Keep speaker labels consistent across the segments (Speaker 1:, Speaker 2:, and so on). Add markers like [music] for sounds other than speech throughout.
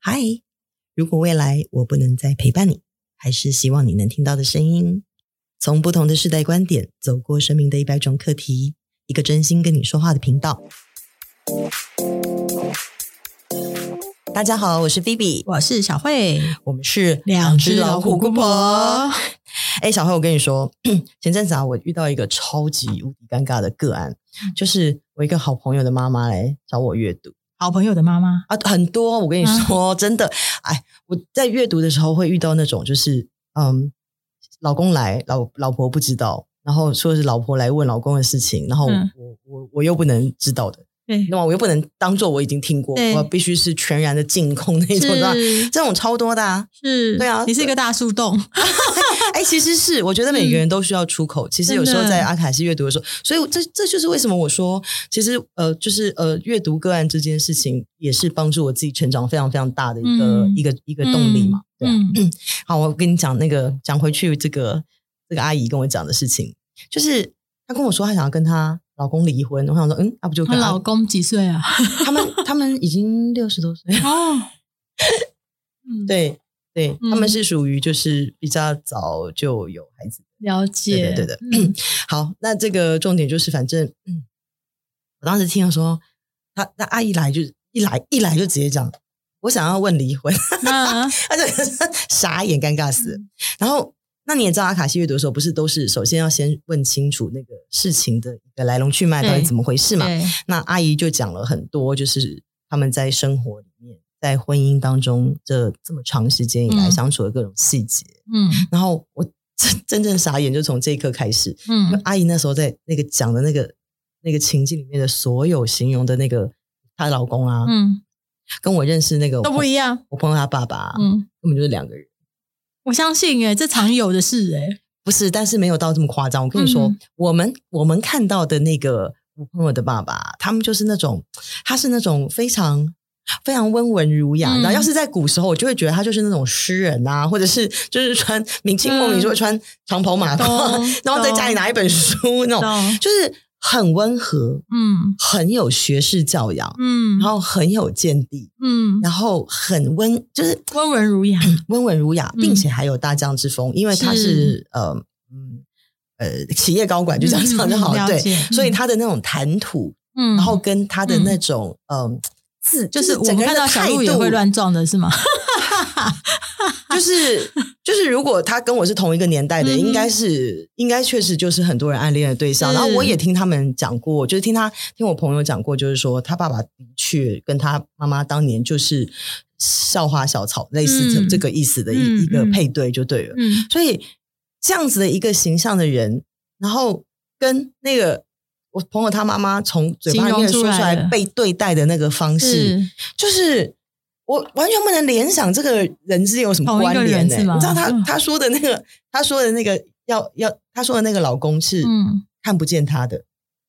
Speaker 1: 嗨，如果未来我不能再陪伴你，还是希望你能听到的声音。从不同的世代观点，走过生命的一百种课题，一个真心跟你说话的频道。大家好，我是 Vivi，
Speaker 2: 我是小慧，
Speaker 1: 我们是姑
Speaker 2: 两只老虎姑婆。
Speaker 1: 哎，小慧，我跟你说， [clears throat] 前阵子啊，我遇到一个超级无敌尴尬的个案，
Speaker 2: 嗯
Speaker 1: 就是我一个好朋友的妈妈来找我阅读。
Speaker 2: 好朋友的妈妈，
Speaker 1: 啊，很多。我跟你
Speaker 2: 嗯
Speaker 1: 说，真的，哎，我在阅读的时候会遇到那种，就是嗯，老公来，老老婆不知道，然后说是老婆来问老公的事情，然后我、
Speaker 2: 嗯
Speaker 1: 我我我又不能知道的，
Speaker 2: 对
Speaker 1: 那么我又不能当做我已经听过，
Speaker 2: 对
Speaker 1: 我必须是全然的净空那一种，吧？
Speaker 2: 是
Speaker 1: 这种超多的啊！
Speaker 2: 是，
Speaker 1: 对啊
Speaker 2: 你是一个大树洞，
Speaker 1: [laughs] 哎，其实是我觉得每个人都需要出口。其实有时候
Speaker 2: 嗯真的
Speaker 1: 在阿卡西阅读的时候，所以这这就是为什么我说，其实呃，就是呃，阅读个案这件事情也是帮助我自己成长非常非常大的一个、
Speaker 2: 嗯
Speaker 1: 一个一个动力嘛。对啊、
Speaker 2: 嗯，嗯
Speaker 1: 好，我跟你讲那个讲回去这个这个阿姨跟我讲的事情，就是她跟我说她想要跟她老公离婚，我想说嗯，那、不就
Speaker 2: 她
Speaker 1: 跟
Speaker 2: 老
Speaker 1: 她
Speaker 2: 公几岁啊？
Speaker 1: 他们他们已经六十多岁，
Speaker 2: 哦， [laughs] 嗯，，
Speaker 1: [laughs] 对对，
Speaker 2: 嗯
Speaker 1: 他们是属于就是比较早就有孩子。
Speaker 2: 了解，
Speaker 1: 对的对的
Speaker 2: 嗯
Speaker 1: [clears throat] 好，那这个重点就是，反正嗯，我当时听到说，他那阿姨来就一来一来就直接讲，我想要问离婚， [laughs]
Speaker 2: 那
Speaker 1: 他就 [laughs] 傻眼尴尬死了。
Speaker 2: 嗯
Speaker 1: 然后那你也知道，阿卡西阅读的时候，不是都是首先要先问清楚那个事情的一个来龙去脉
Speaker 2: 对
Speaker 1: 到底怎么回事嘛？
Speaker 2: 对，
Speaker 1: 那阿姨就讲了很多，就是他们在生活里面。在婚姻当中，这这么长时间以来
Speaker 2: 嗯
Speaker 1: 相处的各种细节，
Speaker 2: 嗯
Speaker 1: 然后我 [laughs] 真真正傻眼，就从这一刻开始，因为
Speaker 2: 嗯，
Speaker 1: 阿姨那时候在那个讲的那个那个情境里面的所有形容的那个她的老公啊，
Speaker 2: 嗯，
Speaker 1: 跟我认识那个
Speaker 2: 都不一
Speaker 1: 样，
Speaker 2: 样，
Speaker 1: 我朋友他爸爸、啊，
Speaker 2: 嗯，
Speaker 1: 根本就是两个人。
Speaker 2: 我相信，哎，这常有的事，哎，
Speaker 1: 不是，但是没有到这么夸张。我跟你说，
Speaker 2: 嗯
Speaker 1: 我们我们看到的那个我朋友的爸爸，他们就是那种，他是那种非常非常温文儒雅。
Speaker 2: 嗯
Speaker 1: 然后要是在古时候，我就会觉得他就是那种诗人啊，或者是就是穿明清末明就会穿长袍马褂，
Speaker 2: 嗯懂
Speaker 1: 然后在家里拿一本书那种，
Speaker 2: 懂，
Speaker 1: 就是很温和，
Speaker 2: 嗯
Speaker 1: 很有学士教养，
Speaker 2: 嗯，
Speaker 1: 然后很有见地，
Speaker 2: 嗯，
Speaker 1: 然后很温，就是
Speaker 2: 温文儒雅，
Speaker 1: 温文儒雅，
Speaker 2: 嗯
Speaker 1: 并且还有大将之风，因为他是呃嗯呃企业高管，就这样
Speaker 2: 嗯
Speaker 1: 讲就
Speaker 2: 嗯
Speaker 1: 好了，
Speaker 2: 了
Speaker 1: 对
Speaker 2: 解，嗯
Speaker 1: 所以他的那种谈吐，
Speaker 2: 嗯，
Speaker 1: 然后跟他的那种嗯自，
Speaker 2: 就是我
Speaker 1: 整
Speaker 2: 们
Speaker 1: 个人
Speaker 2: 看
Speaker 1: 的
Speaker 2: 到小
Speaker 1: 态
Speaker 2: 鹿也
Speaker 1: 度
Speaker 2: 会，乱撞的是吗？ [laughs]
Speaker 1: 就是就是如果他跟我是同一个年代的，
Speaker 2: 嗯
Speaker 1: 应该是应该确实就是很多人暗恋的对象。
Speaker 2: 是
Speaker 1: 然后我也听他们讲过，就是听他听我朋友讲过，就是说他爸爸的确跟他妈妈当年就是校花小草，类似这
Speaker 2: 嗯
Speaker 1: 这个意思的一、
Speaker 2: 嗯
Speaker 1: 一个
Speaker 2: 嗯
Speaker 1: 配对就对了。
Speaker 2: 嗯，
Speaker 1: 所以这样子的一个形象的人，然后跟那个我朋友他妈妈从嘴巴里面说
Speaker 2: 形容
Speaker 1: 出
Speaker 2: 出来
Speaker 1: 来
Speaker 2: 的
Speaker 1: 被对待的那个方式，
Speaker 2: 嗯是
Speaker 1: 就是我完全不能联想这个人之间有什么关
Speaker 2: 同一个
Speaker 1: 联
Speaker 2: 人
Speaker 1: 呢、
Speaker 2: 是吗
Speaker 1: 你知道他
Speaker 2: 嗯
Speaker 1: 他说的那个他说的那个要要他说的那个老公是
Speaker 2: 嗯
Speaker 1: 看不见他的，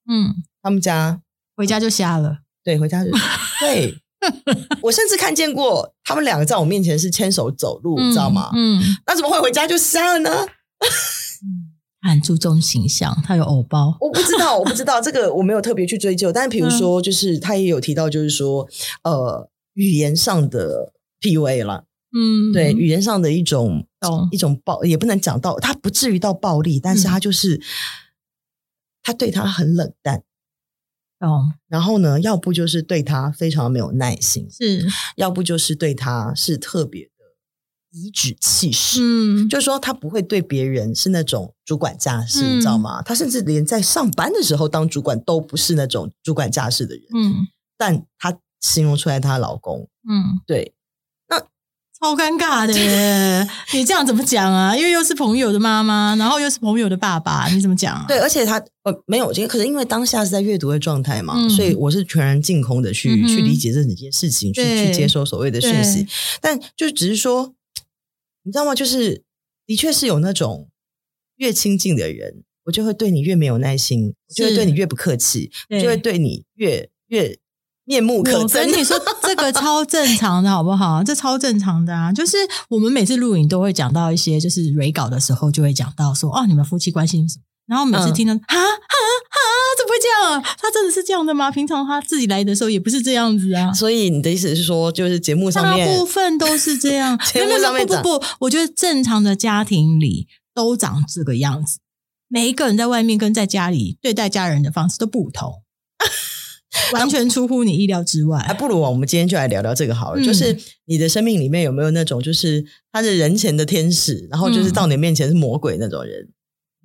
Speaker 2: 嗯。
Speaker 1: 他们家
Speaker 2: 回家就瞎了。
Speaker 1: 对回
Speaker 2: [laughs]
Speaker 1: 家就对。我甚至看见过他们两个在我面前是牵手走路，你知道吗？
Speaker 2: 嗯，
Speaker 1: 那怎么会回家就删了呢？
Speaker 2: 他很注重形象，他有偶包。
Speaker 1: 我不知道，
Speaker 2: [laughs]
Speaker 1: 我不知道这个我没有特别去追究。但比如
Speaker 2: 嗯
Speaker 1: 说，就是他也有提到，就是说，呃，语言上的 PUA 啦，
Speaker 2: 嗯，
Speaker 1: 对，语言上的一种
Speaker 2: 懂嗯
Speaker 1: 一种暴，也不能讲到，他不至于到暴力，但是他就是、他对他很冷淡，
Speaker 2: 懂
Speaker 1: 然后呢，要不就是对他非常没有耐心，
Speaker 2: 是，
Speaker 1: 要不就是对他是特别的颐指气使。
Speaker 2: 嗯，
Speaker 1: 就是说，他不会对别人是那种主管架势，
Speaker 2: 嗯
Speaker 1: 你知道吗？他甚至连在上班的时候当主管都不是那种主管架势的人。
Speaker 2: 嗯
Speaker 1: 但她形容出来她老公，
Speaker 2: 嗯，
Speaker 1: 对
Speaker 2: 超尴尬的 [laughs] 耶。你这样怎么讲啊？因为又是朋友的妈妈，然后又是朋友的爸爸，你怎么讲、啊？
Speaker 1: 对，而且她呃没有，可是因为当下是在阅读的状态嘛，
Speaker 2: 嗯
Speaker 1: 所以我是全然净空的去、
Speaker 2: 嗯哼
Speaker 1: 去理解这整件事情，去
Speaker 2: 对
Speaker 1: 去接收所谓的讯息
Speaker 2: 对，
Speaker 1: 但就只是说，你知道吗？就是的确是有那种越亲近的人，我就会对你越没有耐心，我就会
Speaker 2: 是
Speaker 1: 对你越不客气，
Speaker 2: 对
Speaker 1: 就会对你越越面目可
Speaker 2: 我
Speaker 1: 憎
Speaker 2: 跟。你说，这个超正常的好不好？这超正常的啊！就是我们每次录影都会讲到一些，就是蕊稿的时候就会讲到说，哦，你们夫妻关系是什么？然后每次
Speaker 1: 嗯
Speaker 2: 听到啊啊啊，怎么会这样？啊他真的是这样的吗？平常他自己来的时候也不是这样子啊。
Speaker 1: [laughs] 所以你的意思是说，就是节目上
Speaker 2: 大
Speaker 1: 面。
Speaker 2: 部分都是这样
Speaker 1: [laughs] 节目
Speaker 2: 没有没有
Speaker 1: 上面
Speaker 2: 不
Speaker 1: 长
Speaker 2: 不不，我觉得正常的家庭里都长这个样子。每一个人在外面跟在家里对待家人的方式都不同， [laughs] 完全出乎你意料之
Speaker 1: 啊，
Speaker 2: 外。
Speaker 1: 不如我们今天就来聊聊这个好了。
Speaker 2: 嗯
Speaker 1: 就是你的生命里面有没有那种，就是他是人前的天使，然后就是
Speaker 2: 嗯
Speaker 1: 到你面前是魔鬼那种人？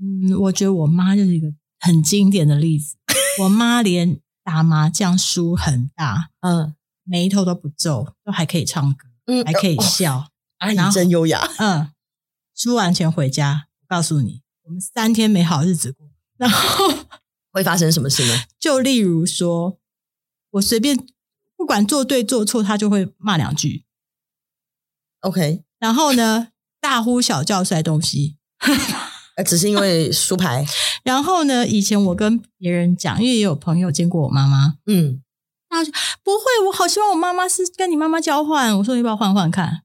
Speaker 2: 嗯，我觉得我妈就是一个很经典的例子。我妈连打麻将输很大，
Speaker 1: 嗯
Speaker 2: 眉头都不皱，都还可以唱
Speaker 1: [laughs]
Speaker 2: 歌，
Speaker 1: 嗯
Speaker 2: 还可以
Speaker 1: 哦
Speaker 2: 笑。
Speaker 1: 阿姨
Speaker 2: 然后
Speaker 1: 真优雅。
Speaker 2: 嗯，输完钱回家，我告诉你，我们三天没好日子过。然后
Speaker 1: 会发生什么事呢？
Speaker 2: 就例如说，我随便不管做对做错，他就会骂两句，
Speaker 1: OK，
Speaker 2: 然后呢大呼小叫摔东西。
Speaker 1: 呃，只是因为输牌，
Speaker 2: 然后呢，以前我跟别人讲，因为也有朋友见过我妈妈，
Speaker 1: [laughs] 嗯，
Speaker 2: 他说不会，我好希望我妈妈是跟你妈妈交换。我说你要不要换换看？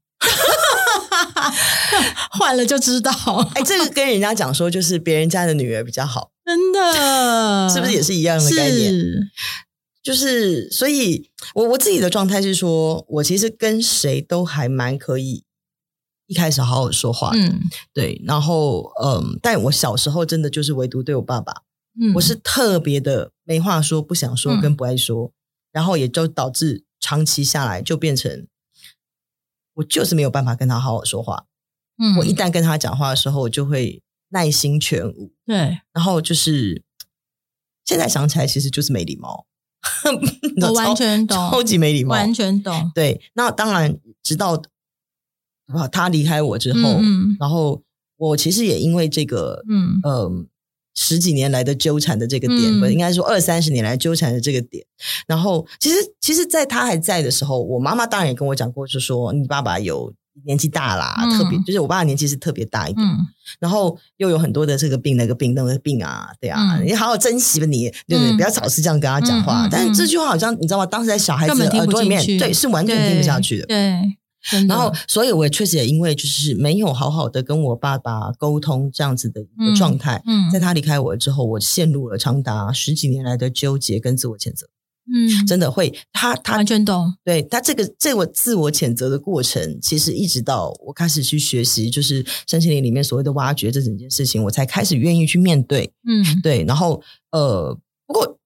Speaker 2: [laughs] 换了就知道，
Speaker 1: 哎，这个跟人家讲说，就是别人家的女儿比较好，
Speaker 2: 真的
Speaker 1: 哎是不是嗯也是一样的概念？
Speaker 2: 是
Speaker 1: 就是，所以我我自己的状态是说，我其实跟谁都还蛮可以，一开始好好说话，
Speaker 2: 嗯
Speaker 1: 对，然后嗯，但我小时候真的就是唯独对我爸爸，
Speaker 2: 嗯，
Speaker 1: 我是特别的没话说、不想说
Speaker 2: 嗯
Speaker 1: 跟不爱说，然后也就导致长期下来就变成。我就是没有办法跟他好好说话。
Speaker 2: 嗯
Speaker 1: 我一旦跟他讲话的时候，我就会耐心全无，
Speaker 2: 对
Speaker 1: 然后就是现在想起来，其实就是没礼貌。 [laughs] 你知道
Speaker 2: 我完全懂
Speaker 1: 超超级没礼貌，
Speaker 2: 完全懂。
Speaker 1: 对。那当然，直到啊他离开我之后，
Speaker 2: 嗯
Speaker 1: 然后我其实也因为这个，
Speaker 2: 嗯
Speaker 1: 嗯、十几年来的纠缠的这个点，
Speaker 2: 嗯
Speaker 1: 不、应该说二三十年来纠缠的这个点。然后，其实其实，在他还在的时候，我妈妈当然也跟我讲过，就说你爸爸有年纪大啦，
Speaker 2: 嗯
Speaker 1: 特别就是我爸爸年纪是特别大一点，
Speaker 2: 嗯
Speaker 1: 然后又有很多的这个病那个病那个病啊，对啊，
Speaker 2: 嗯
Speaker 1: 你好好珍惜吧你，对不对？
Speaker 2: 嗯
Speaker 1: 不要老是这样跟他讲话。
Speaker 2: 嗯嗯
Speaker 1: 但是这
Speaker 2: 嗯
Speaker 1: 句话好像你知道吗？当时在小孩子
Speaker 2: 根
Speaker 1: 的
Speaker 2: 本听
Speaker 1: 耳
Speaker 2: 不
Speaker 1: 朵里
Speaker 2: 进
Speaker 1: 面，
Speaker 2: 去，
Speaker 1: 对，是完全听不下去的。
Speaker 2: 对，嗯真的
Speaker 1: 然后，所以我也确实也因为就是没有好好的跟我爸爸沟通这样子的一个状态，
Speaker 2: 嗯，
Speaker 1: 在他离开我之后，我陷入了长达十几年来的纠结跟自我谴责，
Speaker 2: 嗯，
Speaker 1: 真的会他他
Speaker 2: 完全懂，
Speaker 1: 对他这个这个自我谴责的过程，其实一直到我开始去学习，就是身心灵里面所谓的挖掘这整件事情，我才开始愿意去面对。
Speaker 2: 嗯，
Speaker 1: 对，然后呃，不过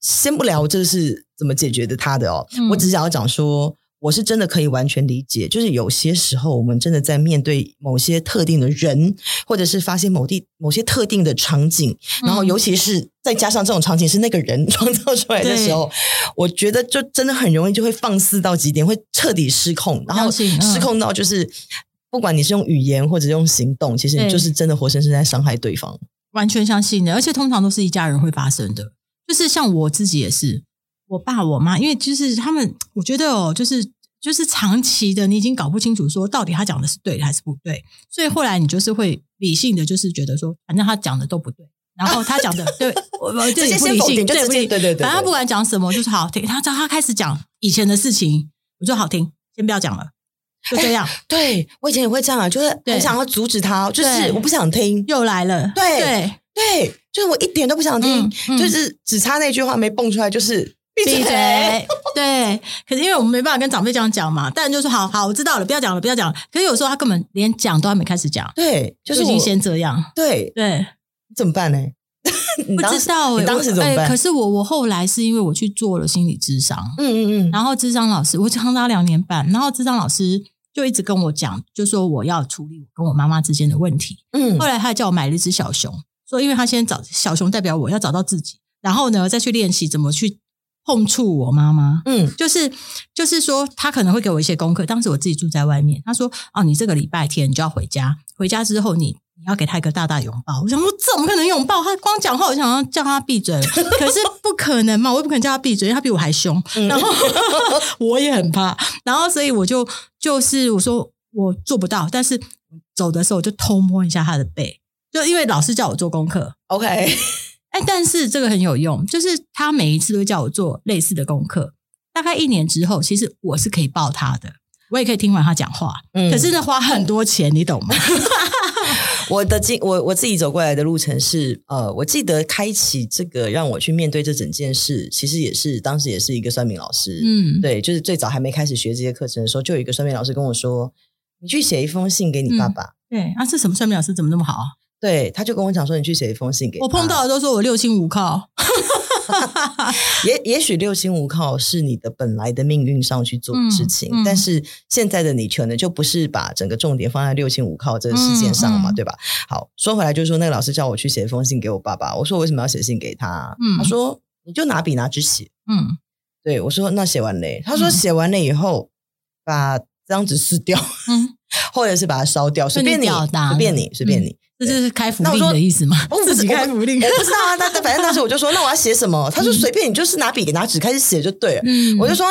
Speaker 1: 先不聊这是怎么解决的他的哦，
Speaker 2: 嗯
Speaker 1: 我只想要讲说，我是真的可以完全理解，就是有些时候我们真的在面对某些特定的人，或者是发现某地某些特定的场景，然后
Speaker 2: 嗯
Speaker 1: 尤其是再加上这种场景是那个人 [laughs] 创造出来的时候，我觉得就真的很容易就会放肆到极点，会彻底失控，然后
Speaker 2: 相信嗯
Speaker 1: 失控到就是。不管你是用语言或者用行动，其实你
Speaker 2: 对
Speaker 1: 就是真的活生生在伤害对方。
Speaker 2: 完全相信的，而且通常都是一家人会发生的，就是像我自己也是，我爸我妈，因为就是他们，我觉得哦，就是。就是长期的，你已经搞不清楚说到底他讲的是对的还是不对，所以后来你就是会理性的，就是觉得说，反正他讲的都不对，然后他讲
Speaker 1: [laughs]
Speaker 2: 的对，我我这
Speaker 1: 直接
Speaker 2: 也不
Speaker 1: 先
Speaker 2: 理
Speaker 1: 否定，
Speaker 2: 性，
Speaker 1: 就
Speaker 2: 对
Speaker 1: 直
Speaker 2: 不
Speaker 1: 接
Speaker 2: 理
Speaker 1: 对对对，
Speaker 2: 反正他
Speaker 1: 对
Speaker 2: 不管讲什么，就是好听。他他开始讲以前的事情，我就好听，先不要讲了，就
Speaker 1: [laughs]
Speaker 2: 这样、
Speaker 1: 对我以前也会这样啊，就是
Speaker 2: 对
Speaker 1: 很想要阻止他，就是
Speaker 2: 对
Speaker 1: 我不想听，
Speaker 2: 又来了。
Speaker 1: 对
Speaker 2: 对，
Speaker 1: 对，就是我一点都不想听，
Speaker 2: 嗯嗯
Speaker 1: 就是只差那句话没蹦出来，就是闭
Speaker 2: 闭嘴。对，可是因为我们没办法跟长辈这样讲嘛，但就说好好，我知道了，不要讲了，不要讲了。可是有时候他根本连讲都还没开始讲，
Speaker 1: 对，就是
Speaker 2: 已经
Speaker 1: 我
Speaker 2: 先这样。
Speaker 1: 对，
Speaker 2: 对，
Speaker 1: 怎么办呢？ [laughs] 你
Speaker 2: 不
Speaker 1: 当
Speaker 2: 知
Speaker 1: 时
Speaker 2: 道
Speaker 1: 你
Speaker 2: 哎、
Speaker 1: 当
Speaker 2: 我
Speaker 1: 时怎么
Speaker 2: 哎
Speaker 1: 办
Speaker 2: 可？是我我后来是因为我去做了心理智商，
Speaker 1: 嗯嗯嗯，
Speaker 2: 然后智商老师，我长达两年半，然后智商老师就一直跟我讲，就说我要处理我跟我妈妈之间的问题。
Speaker 1: 嗯
Speaker 2: 后来他还叫我买了一只小熊，说因为他先找小熊代表我要找到自己，然后呢再去练习怎么去碰触我妈妈。
Speaker 1: 嗯
Speaker 2: 就是就是说，他可能会给我一些功课。当时我自己住在外面，他说：“哦，你这个礼拜天你就要回家，回家之后你你要给他一个大大拥抱。”我想说，怎么可能拥抱？他光讲话，我想要叫他闭嘴，可是不可能嘛，我也不可能叫他闭嘴，因为他比我还凶。
Speaker 1: 嗯 [laughs]
Speaker 2: 然后我也很怕，然后所以我就就是我说我做不到，但是走的时候我就偷摸一下他的背，就因为老师叫我做功课。
Speaker 1: ，OK，
Speaker 2: 哎，但是这个很有用，就是他每一次都叫我做类似的功课，大概一年之后，其实我是可以抱他的，我也可以听完他讲话，
Speaker 1: 嗯
Speaker 2: 可是呢，花很多钱，
Speaker 1: [laughs]
Speaker 2: 你懂吗？
Speaker 1: 我的经我我自己走过来的路程是，呃，我记得开启这个让我去面对这整件事，其实也是当时也是一个算命老师，
Speaker 2: 嗯，
Speaker 1: 对，就是最早还没开始学这些课程的时候，就有一个算命老师跟我说，你去写一封信给你爸爸。
Speaker 2: 对啊，这什么算命老师怎么那么好啊？
Speaker 1: 对，他就跟我讲说，你去写一封信给
Speaker 2: 我碰
Speaker 1: 他
Speaker 2: 到的都说我六亲无靠，
Speaker 1: 也也许六亲无靠是你的本来的命运上去做的事情，
Speaker 2: 嗯嗯
Speaker 1: 但是现在的你可能就不是把整个重点放在六亲无靠这个事件上了嘛，
Speaker 2: 嗯嗯
Speaker 1: 对吧？好，说回来就是说那个老师叫我去写一封信给我爸爸，我说我为什么要写信给他？
Speaker 2: 嗯
Speaker 1: 他说你就拿笔拿纸写。
Speaker 2: 嗯，
Speaker 1: 对我说那写完嘞，他说
Speaker 2: 嗯
Speaker 1: 写完了以后、把这张纸撕掉， [laughs]
Speaker 2: 嗯，
Speaker 1: 或者是把它烧掉，随
Speaker 2: 就你
Speaker 1: 便你，
Speaker 2: 表达嗯
Speaker 1: 随便你，随便你。
Speaker 2: 这就是开福
Speaker 1: 那我
Speaker 2: 利
Speaker 1: 说
Speaker 2: 的意思吗？
Speaker 1: 哦
Speaker 2: 自己
Speaker 1: 我
Speaker 2: 开福 [laughs] 利，
Speaker 1: 我不知道啊，但但反正当时我就说，那我要写什么？他说
Speaker 2: 嗯
Speaker 1: 随便你，就是拿笔给拿纸开始写就对了。
Speaker 2: 嗯
Speaker 1: 我就说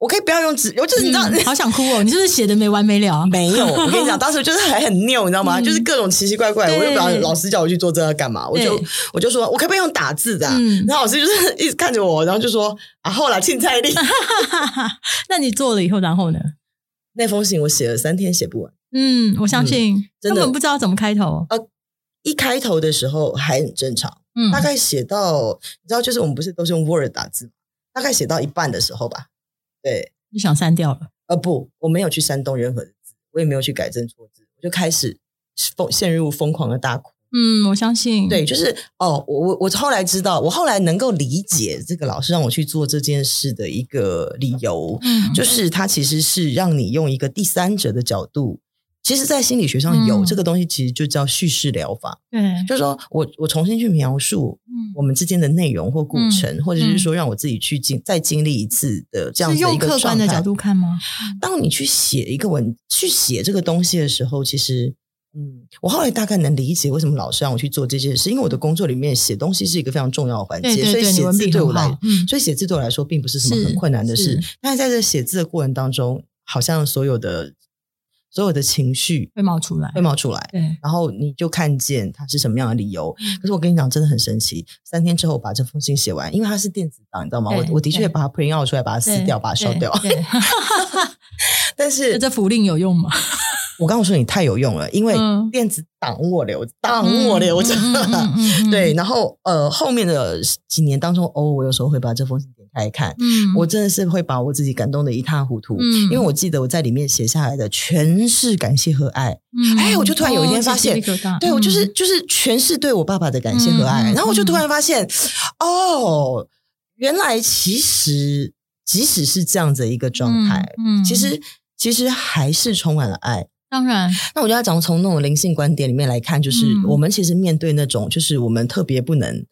Speaker 1: 我可以不要用纸，我就是你知道。 [laughs]
Speaker 2: 嗯好想哭哦，你是不是写的没完没了？
Speaker 1: 没有，我跟你讲，当时就是还很拗，你知道吗？
Speaker 2: 嗯
Speaker 1: 就是各种奇奇怪怪，
Speaker 2: 对
Speaker 1: 我就不老师叫我去做这个干嘛，我就
Speaker 2: 对
Speaker 1: 我就说，我可不可以用打字的啊、
Speaker 2: 嗯
Speaker 1: 然后老师就是一直看着我，然后就说啊，后来庆菜力
Speaker 2: [laughs] 那你做了以后，然后呢？
Speaker 1: 那封信我写了三天写不完。
Speaker 2: 嗯，我相信
Speaker 1: 真
Speaker 2: 根
Speaker 1: 的
Speaker 2: 本不知道怎么开头。哦
Speaker 1: 一开头的时候还很正常，
Speaker 2: 嗯，
Speaker 1: 大概写到你知道，就是我们不是都是用 Word 打字吗，大概写到一半的时候吧，对，
Speaker 2: 就想删掉了。
Speaker 1: 呃，不，我没有去煽动任何的字，我也没有去改正错字，我就开始疯陷入疯狂的大哭。
Speaker 2: 嗯，我相信。
Speaker 1: 对，就是哦，我我我后来知道，我后来能够理解这个老师让我去做这件事的一个理由，
Speaker 2: 嗯，
Speaker 1: 就是他其实是让你用一个第三者的角度。其实，在心理学上有、
Speaker 2: 嗯
Speaker 1: 这个东西，其实就叫叙事疗法，
Speaker 2: 对，
Speaker 1: 就是说我我重新去描述
Speaker 2: 嗯
Speaker 1: 我们之间的内容或过程，或者是说让我自己去经再经历一次的这样
Speaker 2: 是
Speaker 1: 子的
Speaker 2: 用
Speaker 1: 一个
Speaker 2: 客观的
Speaker 1: 状态
Speaker 2: 角度看吗？
Speaker 1: 当你去写一个文，去写这个东西的时候，其实，嗯，我后来大概能理解为什么老师让我去做这件事，因为我的工作里面写东西是一个非常重要的环节，
Speaker 2: 对对
Speaker 1: 所以
Speaker 2: 对，你
Speaker 1: 写
Speaker 2: 文
Speaker 1: 字
Speaker 2: 笔
Speaker 1: 对
Speaker 2: 很
Speaker 1: 我来，
Speaker 2: 好。嗯，
Speaker 1: 所以写字对我来说并不是什么
Speaker 2: 是
Speaker 1: 很困难的事。
Speaker 2: 是
Speaker 1: 但是在这写字的过程当中，好像所有的所有的情绪
Speaker 2: 会冒出来
Speaker 1: 会。冒出来。
Speaker 2: 对，
Speaker 1: 然后你就看见它是什么样的理由。可是我跟你讲，真的很神奇。三天之后，我把这封信写完，因为它是电子档，你知道吗？我
Speaker 2: 对
Speaker 1: 我的确
Speaker 2: 对
Speaker 1: 把它 print out 出来，把它撕
Speaker 2: 对
Speaker 1: 掉，把它烧掉。 [laughs]
Speaker 2: 对，对
Speaker 1: 但是 [laughs]
Speaker 2: 那这福令有用吗？
Speaker 1: 我刚刚说你太有用了，因为
Speaker 2: 嗯
Speaker 1: 电子档我留，档我留着。[laughs]
Speaker 2: 嗯嗯嗯嗯嗯
Speaker 1: 对，然后呃，后面的几年当中，哦，我有时候会把这封信点开看，
Speaker 2: 嗯，
Speaker 1: 我真的是会把我自己感动的一塌糊涂。
Speaker 2: 嗯
Speaker 1: 因为我记得我在里面写下来的全是感谢和爱，
Speaker 2: 嗯
Speaker 1: 哎我就突然有一天发现，
Speaker 2: 哦鸡皮疙瘩
Speaker 1: 对我就是
Speaker 2: 嗯
Speaker 1: 就是全是对我爸爸的感谢和爱，
Speaker 2: 嗯嗯
Speaker 1: 然后我就突然发现，哦，原来其实即使是这样子一个状态，
Speaker 2: 嗯嗯
Speaker 1: 其实其实还是充满了爱，
Speaker 2: 当然，
Speaker 1: 那我就要讲从那种灵性观点里面来看，就是
Speaker 2: 嗯
Speaker 1: 我们其实面对那种就是我们特别不能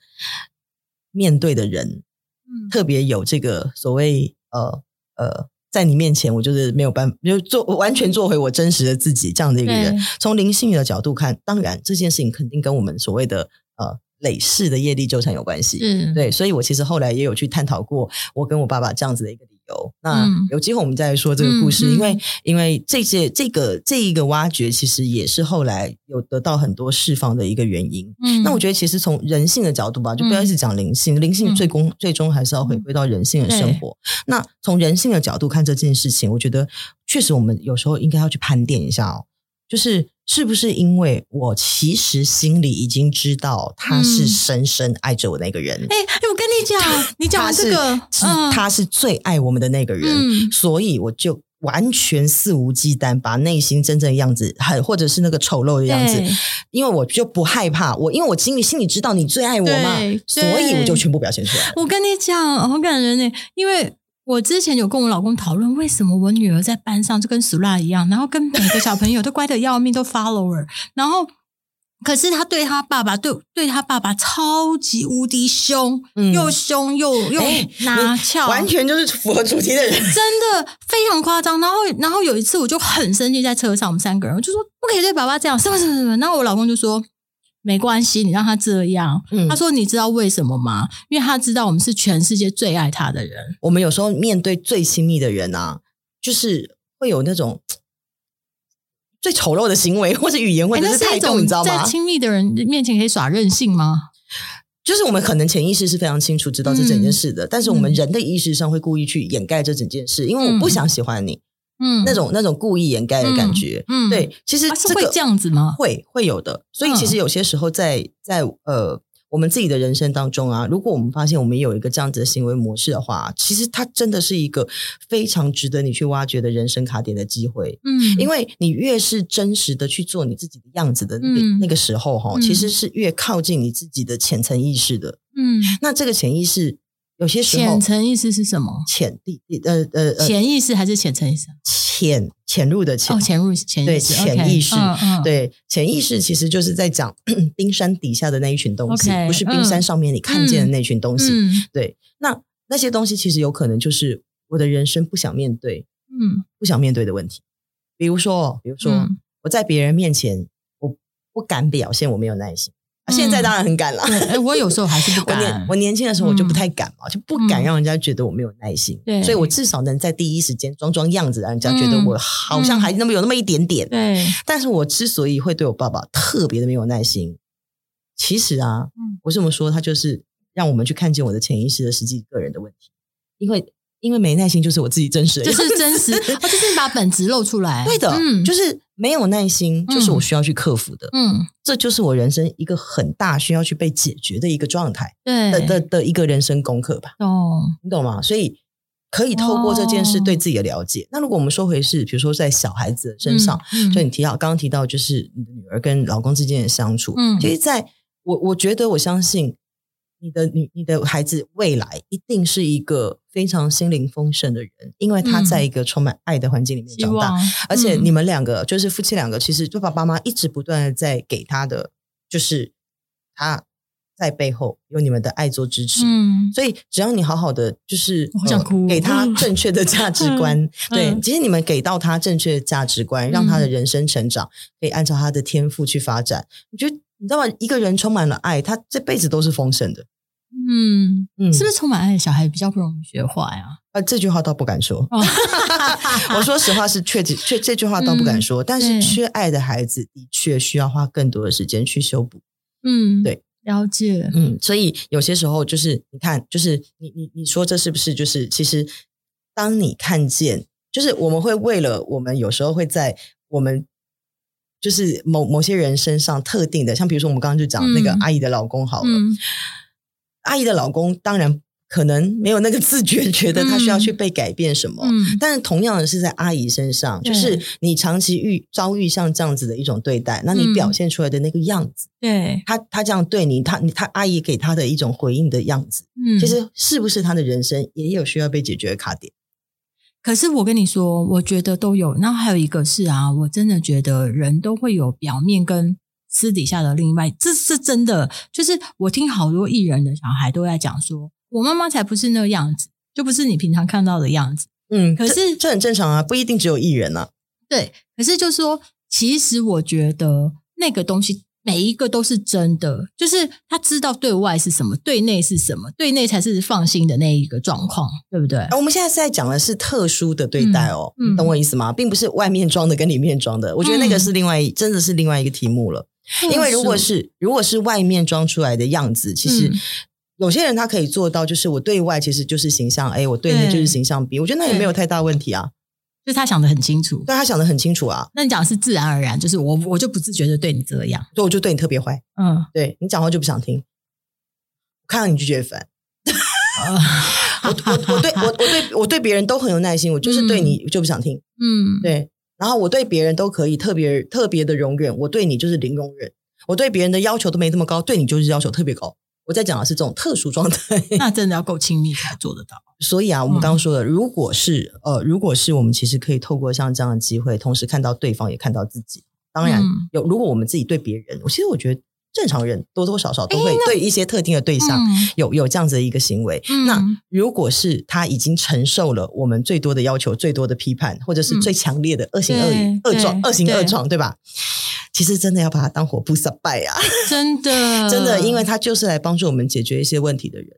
Speaker 1: 面对的人，
Speaker 2: 嗯
Speaker 1: 特别有这个所谓呃呃，在你面前我就是没有办法，就做完全做回我真实的自己这样的一个人
Speaker 2: 对。
Speaker 1: 从灵性的角度看，当然这件事情肯定跟我们所谓的呃累世的业力纠缠有关系。
Speaker 2: 是，
Speaker 1: 对，所以我其实后来也有去探讨过我跟我爸爸这样子的一个理由。那
Speaker 2: 嗯
Speaker 1: 有机会我们再来说这个故事，
Speaker 2: 嗯嗯
Speaker 1: 因为因为这些这个这一个挖掘，其实也是后来有得到很多释放的一个原因。
Speaker 2: 嗯，
Speaker 1: 那我觉得，其实从人性的角度吧，就不要一直讲灵性，灵性
Speaker 2: 嗯
Speaker 1: 最终最终还是要回归到人性的生活。那从人性的角度看这件事情，我觉得确实我们有时候应该要去盘点一下哦，就是是不是因为我其实心里已经知道他是
Speaker 2: 嗯
Speaker 1: 深深爱着我那个人，
Speaker 2: 哎、哎我跟你讲，你讲
Speaker 1: 他
Speaker 2: 完
Speaker 1: 是
Speaker 2: 这个，
Speaker 1: 是
Speaker 2: 嗯，
Speaker 1: 他是最爱我们的那个人，
Speaker 2: 嗯，
Speaker 1: 所以我就。完全肆无忌惮，把内心真正的样子，很或者是那个丑陋的样子
Speaker 2: 对，
Speaker 1: 因为我就不害怕，我因为我心里心里知道你最爱我嘛
Speaker 2: 对，
Speaker 1: 所以
Speaker 2: 对
Speaker 1: 我就全部表现出来了。
Speaker 2: 我跟你讲，好感人呢，欸因为。我之前有跟我老公讨论，为什么我女儿在班上就跟苏拉一样，然后跟每个小朋友都乖的要命，都 follower，然后可是她对她爸爸，对对她爸爸超级无敌凶，
Speaker 1: 嗯
Speaker 2: 又凶又又
Speaker 1: 哎
Speaker 2: 拿翘，
Speaker 1: 完全就是符合主题的
Speaker 2: [laughs]
Speaker 1: 人。
Speaker 2: 真的非常夸张。然后，然后有一次我就很生气，在车上我们三个人，我就说不可以对爸爸这样，什么什么什么。然后我老公就说没关系，你让他这样。
Speaker 1: 嗯
Speaker 2: 他说你知道为什么吗？因为他知道我们是全世界最爱他的人。
Speaker 1: 我们有时候面对最亲密的人啊，就是会有那种嘖最丑陋的行为，或者语言，或
Speaker 2: 诶
Speaker 1: 者
Speaker 2: 哎那
Speaker 1: 是
Speaker 2: 是
Speaker 1: 态
Speaker 2: 一
Speaker 1: 度，
Speaker 2: 种
Speaker 1: 你知道
Speaker 2: 在
Speaker 1: 吗？
Speaker 2: 亲密的人面前可以耍任性吗？
Speaker 1: 就是我们可能潜意识是非常清楚知道这整件事的，但是我们
Speaker 2: 嗯
Speaker 1: 人的意识上会故意去掩盖这整件事，因为我不想喜欢你，
Speaker 2: 嗯
Speaker 1: 那种那种故意掩盖的感觉。
Speaker 2: 嗯嗯
Speaker 1: 对，其实
Speaker 2: 啊是
Speaker 1: 这个、
Speaker 2: 会这样子吗嗯
Speaker 1: 会会有的。所以其实有些时候在、在呃我们自己的人生当中啊，如果我们发现我们有一个这样子的行为模式的话，其实它真的是一个非常值得你去挖掘的人生卡点的机会。
Speaker 2: 嗯，
Speaker 1: 因
Speaker 2: 为
Speaker 1: 为你越是真实的去做你自己的样子的那个、
Speaker 2: 嗯
Speaker 1: 那个时候哈、
Speaker 2: 嗯
Speaker 1: 其实是越靠近你自己的浅层意识的。
Speaker 2: 嗯，
Speaker 1: 那这个潜意识有些时候
Speaker 2: 浅层意思是什么？
Speaker 1: 潜地呃呃呃
Speaker 2: 潜意识还是浅层意识？
Speaker 1: 潜潜入的潜
Speaker 2: 哦，潜入潜意
Speaker 1: 对
Speaker 2: 识，
Speaker 1: 潜意识
Speaker 2: OK，嗯，嗯，
Speaker 1: 对，潜意识其实就是在讲 [coughs] 冰山底下的那一群东西
Speaker 2: OK，
Speaker 1: 不是冰山上面你看见的那群东西。
Speaker 2: 嗯
Speaker 1: 对，那那些东西其实有可能就是我的人生不想面对、
Speaker 2: 嗯
Speaker 1: 不想面对的问题。比如说，比如说、
Speaker 2: 嗯
Speaker 1: 我在别人面前，我不敢表现我没有耐心。啊、
Speaker 2: 嗯
Speaker 1: 现在当然很敢了。
Speaker 2: 对，哎，我有时候还是不
Speaker 1: [laughs] 我
Speaker 2: 敢
Speaker 1: 年我，年轻的时候我就
Speaker 2: 嗯
Speaker 1: 不太敢嘛，就不敢
Speaker 2: 嗯
Speaker 1: 让人家觉得我没有耐心，
Speaker 2: 对嗯
Speaker 1: 所以我至少能在第一时间装装样子，让人家觉得我好像还那么有那么一点点。
Speaker 2: 对，
Speaker 1: 但是我之所以会对我爸爸特别的没有耐心，其实啊，
Speaker 2: 嗯
Speaker 1: 我这么说，他就是让我们去看见我的潜意识的实际个人的问题，因为因为没耐心就是我自己真实的
Speaker 2: 这
Speaker 1: 样子，
Speaker 2: 是真实， [laughs] 哦，就是把本质露出来，
Speaker 1: 对的，
Speaker 2: 嗯，
Speaker 1: 就是没有耐心，就是我需要去克服的，
Speaker 2: 嗯，
Speaker 1: 这就是我人生一个很大需要去被解决的一个状态的
Speaker 2: 对，哦
Speaker 1: 的的一个人生功课吧，
Speaker 2: 懂，
Speaker 1: 你懂吗？所以。可以透过这件事
Speaker 2: 哦
Speaker 1: 对自己的了解。那如果我们说回是，比如说在小孩子的身上，
Speaker 2: 嗯，
Speaker 1: 就
Speaker 2: 对，
Speaker 1: 你提到刚刚提到，就是你的女儿跟老公之间的相处，
Speaker 2: 嗯
Speaker 1: 其实在我我觉得我相信你的女你的孩子未来一定是一个非常心灵丰盛的人，因为他
Speaker 2: 嗯
Speaker 1: 在一个充满爱的环境里面
Speaker 2: 希
Speaker 1: 长大，
Speaker 2: 望，
Speaker 1: 而且
Speaker 2: 嗯
Speaker 1: 你们两个、就是夫妻两个，其实就爸爸妈妈一直不断的在给他的，就是他在背后有你们的爱做支持，
Speaker 2: 嗯，
Speaker 1: 所以只要你好好的，就是呃
Speaker 2: 我好想哭
Speaker 1: 给他正确的价值观。对
Speaker 2: [laughs] 嗯，
Speaker 1: 其实你们给到他正确的价值观，让他的人生成长，可以按照他的天赋去发展。我觉得你知道吗？一个人充满了爱，他这辈子都是丰盛的。
Speaker 2: 嗯，
Speaker 1: 嗯，
Speaker 2: 是不是充满爱的小孩比较不容易学坏啊？
Speaker 1: 啊，这句话倒不敢说。
Speaker 2: 哦
Speaker 1: [laughs] 我说实话是确确这句话倒不敢说，但是
Speaker 2: 嗯对
Speaker 1: 缺爱的孩子的确需要花更多的时间去修补。
Speaker 2: 嗯，
Speaker 1: 对，
Speaker 2: 了解，
Speaker 1: 嗯，所以有些时候就是你看，就是你你你说这是不是就是其实当你看见，就是我们会为了我们有时候会在我们就是某某些人身上特定的，像比如说我们刚刚就讲那个
Speaker 2: 嗯
Speaker 1: 阿姨的老公好了，
Speaker 2: 嗯
Speaker 1: 阿姨的老公当然可能没有那个自觉，觉得他需要去被改变什么。
Speaker 2: 嗯，
Speaker 1: 但是同样的是在阿姨身上，
Speaker 2: 对
Speaker 1: 就是你长期遇遭遇像这样子的一种对待，那你
Speaker 2: 嗯
Speaker 1: 表现出来的那个样子，
Speaker 2: 对，
Speaker 1: 他他这样对你，他你他阿姨给他的一种回应的样子，
Speaker 2: 嗯，
Speaker 1: 其实是不是他的人生也有需要被解决的卡点？
Speaker 2: 可是我跟你说，我觉得都有。然后还有一个是啊，我真的觉得人都会有表面跟私底下的另外，这是真的。就是我听好多艺人的小孩都在讲说，我妈妈才不是那样子，就不是你平常看到的样子。
Speaker 1: 嗯，
Speaker 2: 可
Speaker 1: 这
Speaker 2: 是
Speaker 1: 这很正常啊，不一定只有艺人啊。
Speaker 2: 对，可是就说，其实我觉得那个东西每一个都是真的，就是他知道对外是什么，对内是什么，对内才是放心的那一个状况，对不对
Speaker 1: 啊？我们现在是在讲的是特殊的对待哦，
Speaker 2: 呃嗯嗯嗯
Speaker 1: 你懂我意思吗？并不是外面装的跟里面装的，我觉得那个是另外一，真的是另外一个题目了。因为如果是如果是外面装出来的样子，其实
Speaker 2: 嗯
Speaker 1: 有些人他可以做到，就是我对外其实就是形象 A，我对内就是
Speaker 2: 对
Speaker 1: 形象 B，我觉得那也没有太大问题啊。
Speaker 2: 就是他想的很清楚，
Speaker 1: 对他想的很清楚啊，
Speaker 2: 那你讲的是自然而然，就是我我就不自觉的对你这样，
Speaker 1: 所以我就对你特别坏。
Speaker 2: 嗯，
Speaker 1: 对你讲话就不想听，我看到你就觉得烦。我我我对我我对我对别人都很有耐心，我就是对你就不想听。
Speaker 2: 嗯，
Speaker 1: 对，然后我对别人都可以特别特别的容忍，我对你就是零容忍。我对别人的要求都没这么高，对你就是要求特别高。我在讲的是这种特殊状态，
Speaker 2: 那真的要够亲密才做得到，
Speaker 1: 所以啊，我们
Speaker 2: 嗯
Speaker 1: 刚刚说的，如果是呃，如果是我们其实可以透过像这样的机会，同时看到对方也看到自己。当然
Speaker 2: 嗯
Speaker 1: 有，如果我们自己对别人，我其实我觉得正常人多多少少都会对一些特定的对象有有这样子的一个行为。 [laughs]
Speaker 2: 嗯
Speaker 1: 那如果是他已经承受了我们最多的要求、最多的批判，或者是
Speaker 2: 嗯
Speaker 1: 最强烈的恶行恶语、
Speaker 2: 对
Speaker 1: 恶状、
Speaker 2: 对
Speaker 1: 恶行
Speaker 2: 对
Speaker 1: 恶状，对吧？其实真的要把他当活菩萨拜啊！
Speaker 2: 真的
Speaker 1: [laughs] 真的，因为他就是来帮助我们解决一些问题的人。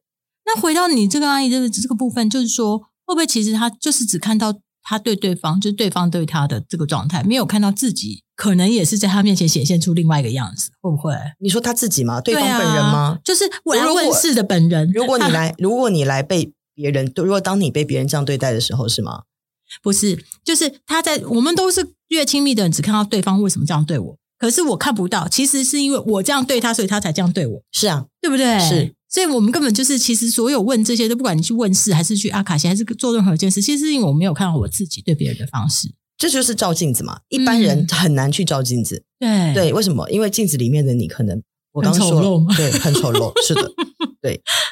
Speaker 2: 那回到你这个阿姨这个这个部分，就是说会不会其实她就是只看到她对对方，就是对方对她的这个状态，没有看到自己可能也是在她面前显现出另外一个样子，会不会？
Speaker 1: 你说他自己吗？对方
Speaker 2: 啊
Speaker 1: 本人吗？
Speaker 2: 就是我来
Speaker 1: 如果
Speaker 2: 问世的本人， [laughs]
Speaker 1: 如果你来，如果你来被别人，如果当你被别人这样对待的时候，是吗？
Speaker 2: 不是，就是他在我们都是越亲密的人，只看到对方为什么这样对我，可是我看不到，其实是因为我这样对他，所以他才这样对我，
Speaker 1: 是啊，
Speaker 2: 对不对？
Speaker 1: 是，
Speaker 2: 所以我们根本就是，其实所有问这些都，不管你去问事，还是去阿卡西，还是做任何一件事，其实是因为我没有看到我自己对别人的方式。
Speaker 1: 这就是照镜子嘛。一般人很难去照镜子，
Speaker 2: 嗯对，
Speaker 1: 对，为什么？因为镜子里面的你可能我刚刚
Speaker 2: 很丑
Speaker 1: 说
Speaker 2: 陋
Speaker 1: 了
Speaker 2: 吗，
Speaker 1: 对，很丑陋，是
Speaker 2: [laughs]
Speaker 1: 的，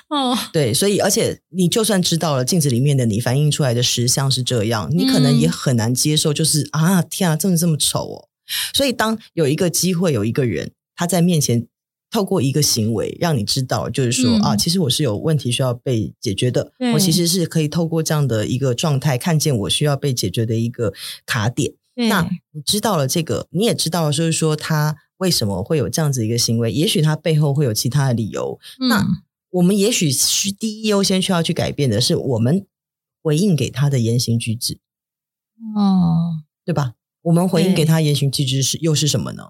Speaker 2: 哦，
Speaker 1: 对，所以而且你就算知道了镜子里面的你反映出来的实相是这样，你可
Speaker 2: 嗯
Speaker 1: 能也很难接受，就是、啊，天啊，真的这么丑哦。所以当有一个机会，有一个人他在面前透过一个行为让你知道，就是说、
Speaker 2: 嗯
Speaker 1: 啊，其实我是有问题需要被解决的，
Speaker 2: 对
Speaker 1: 我其实是可以透过这样的一个状态看见我需要被解决的一个卡点。
Speaker 2: 对，
Speaker 1: 那你知道了这个，你也知道了，就是说他为什么会有这样子一个行为，也许他背后会有其他的理由。那
Speaker 2: 嗯
Speaker 1: 我们也许需第一优先需要去改变的是我们回应给他的言行举止，
Speaker 2: 哦，
Speaker 1: 对吧？我们回应
Speaker 2: 对
Speaker 1: 给他言行举止是又是什么呢？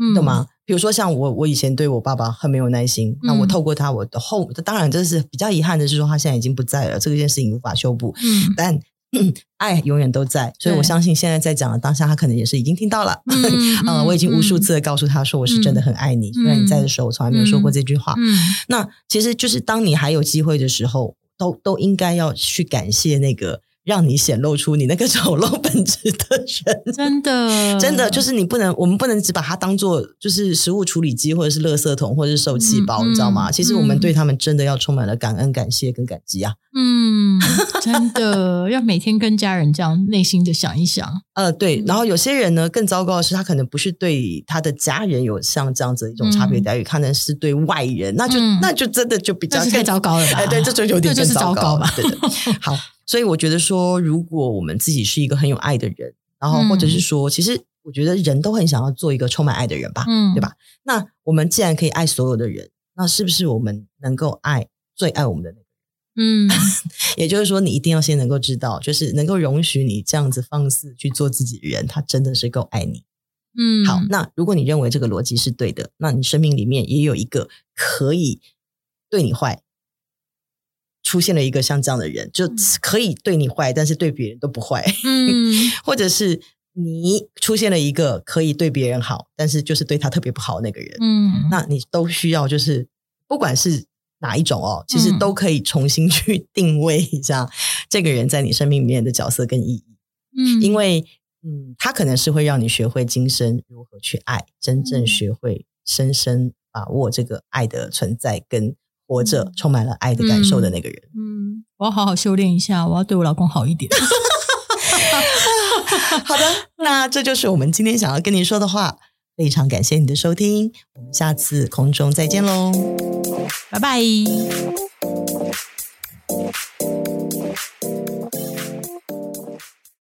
Speaker 2: 嗯，嗯
Speaker 1: 懂？吗？比如说像我，我以前对我爸爸很没有耐心，那我透过他，我的后当然这是比较遗憾的是说他现在已经不在了，这件事情无法修补， [laughs]
Speaker 2: 嗯
Speaker 1: 但。 [clears throat] 爱永远都在，所以我
Speaker 2: 对
Speaker 1: 相信现在在讲的当下，他可能也是已经听到了。
Speaker 2: 嗯
Speaker 1: 呃，
Speaker 2: 嗯
Speaker 1: 我已经无数次的告诉他说，我是真的很爱你，虽然你在的时候，我从来没有说过这句话。
Speaker 2: 嗯，
Speaker 1: 那其实就是当你还有机会的时候，都都应该要去感谢那个让你显露出你那个 [laughs] 丑陋本质的人。
Speaker 2: 真
Speaker 1: [laughs]
Speaker 2: 的，
Speaker 1: 真的就是你不能，我们不能只把它当做就是食物处理机，或者是垃圾桶，或者是受气包，
Speaker 2: 嗯嗯
Speaker 1: 你知道吗？
Speaker 2: 嗯
Speaker 1: 其实我们对他们真的要充满了感恩、感谢跟感激啊。
Speaker 2: 嗯，真的要每天跟家人这样内心的想一想，
Speaker 1: 呃，对，
Speaker 2: 嗯
Speaker 1: 然后有些人呢，更糟糕的是，他可能不是对他的家人有像这样子一种差别待遇，可能是对外人，那就、
Speaker 2: 嗯
Speaker 1: 那就真的就比较
Speaker 2: 那是
Speaker 1: 更
Speaker 2: 太糟糕了吧？
Speaker 1: [laughs] 哎，对，这就有点
Speaker 2: 这
Speaker 1: 更
Speaker 2: 就是
Speaker 1: 糟
Speaker 2: 糟
Speaker 1: 糕
Speaker 2: 糕
Speaker 1: 了
Speaker 2: 吧？
Speaker 1: 对的，好，所以我觉得说，如果我们自己是一个很有爱的人，然后或者
Speaker 2: 嗯
Speaker 1: 是说，其实我觉得人都很想要做一个充满爱的人吧。
Speaker 2: 嗯，
Speaker 1: 对吧那我们既然可以爱所有的人，那是不是我们能够爱最爱我们的那个？
Speaker 2: 嗯，
Speaker 1: 也就是说，你一定要先能够知道，就是能够容许你这样子放肆去做自己的人，他真的是够爱你。
Speaker 2: 嗯，
Speaker 1: 好，那如果你认为这个逻辑是对的，那你生命里面也有一个可以对你坏，出现了一个像这样的人，就
Speaker 2: 嗯
Speaker 1: 可以对你坏，但是对别人都不坏， [laughs]
Speaker 2: 嗯，
Speaker 1: 或者是你出现了一个可以对别人好，但是就是对他特别不好的那个人，
Speaker 2: 嗯，
Speaker 1: 那你都需要就是不管是。哪一种哦，其实
Speaker 2: 嗯
Speaker 1: 都可以重新去 [laughs] 定位一下这个人在你生命里面的角色跟意义。
Speaker 2: 嗯，
Speaker 1: 因为嗯，它可能是会让你学会今生如何去爱，真正
Speaker 2: 嗯
Speaker 1: 学会深深把握这个爱的存在跟活着
Speaker 2: 嗯
Speaker 1: 充满了爱的感受的那个人。
Speaker 2: 嗯，我要好好修炼一下，我要对我老公好一点。
Speaker 1: 好的，那这就是我们今天想要跟你说的话。非常感谢你的收听，我们下次空中再见喽。
Speaker 2: 拜拜。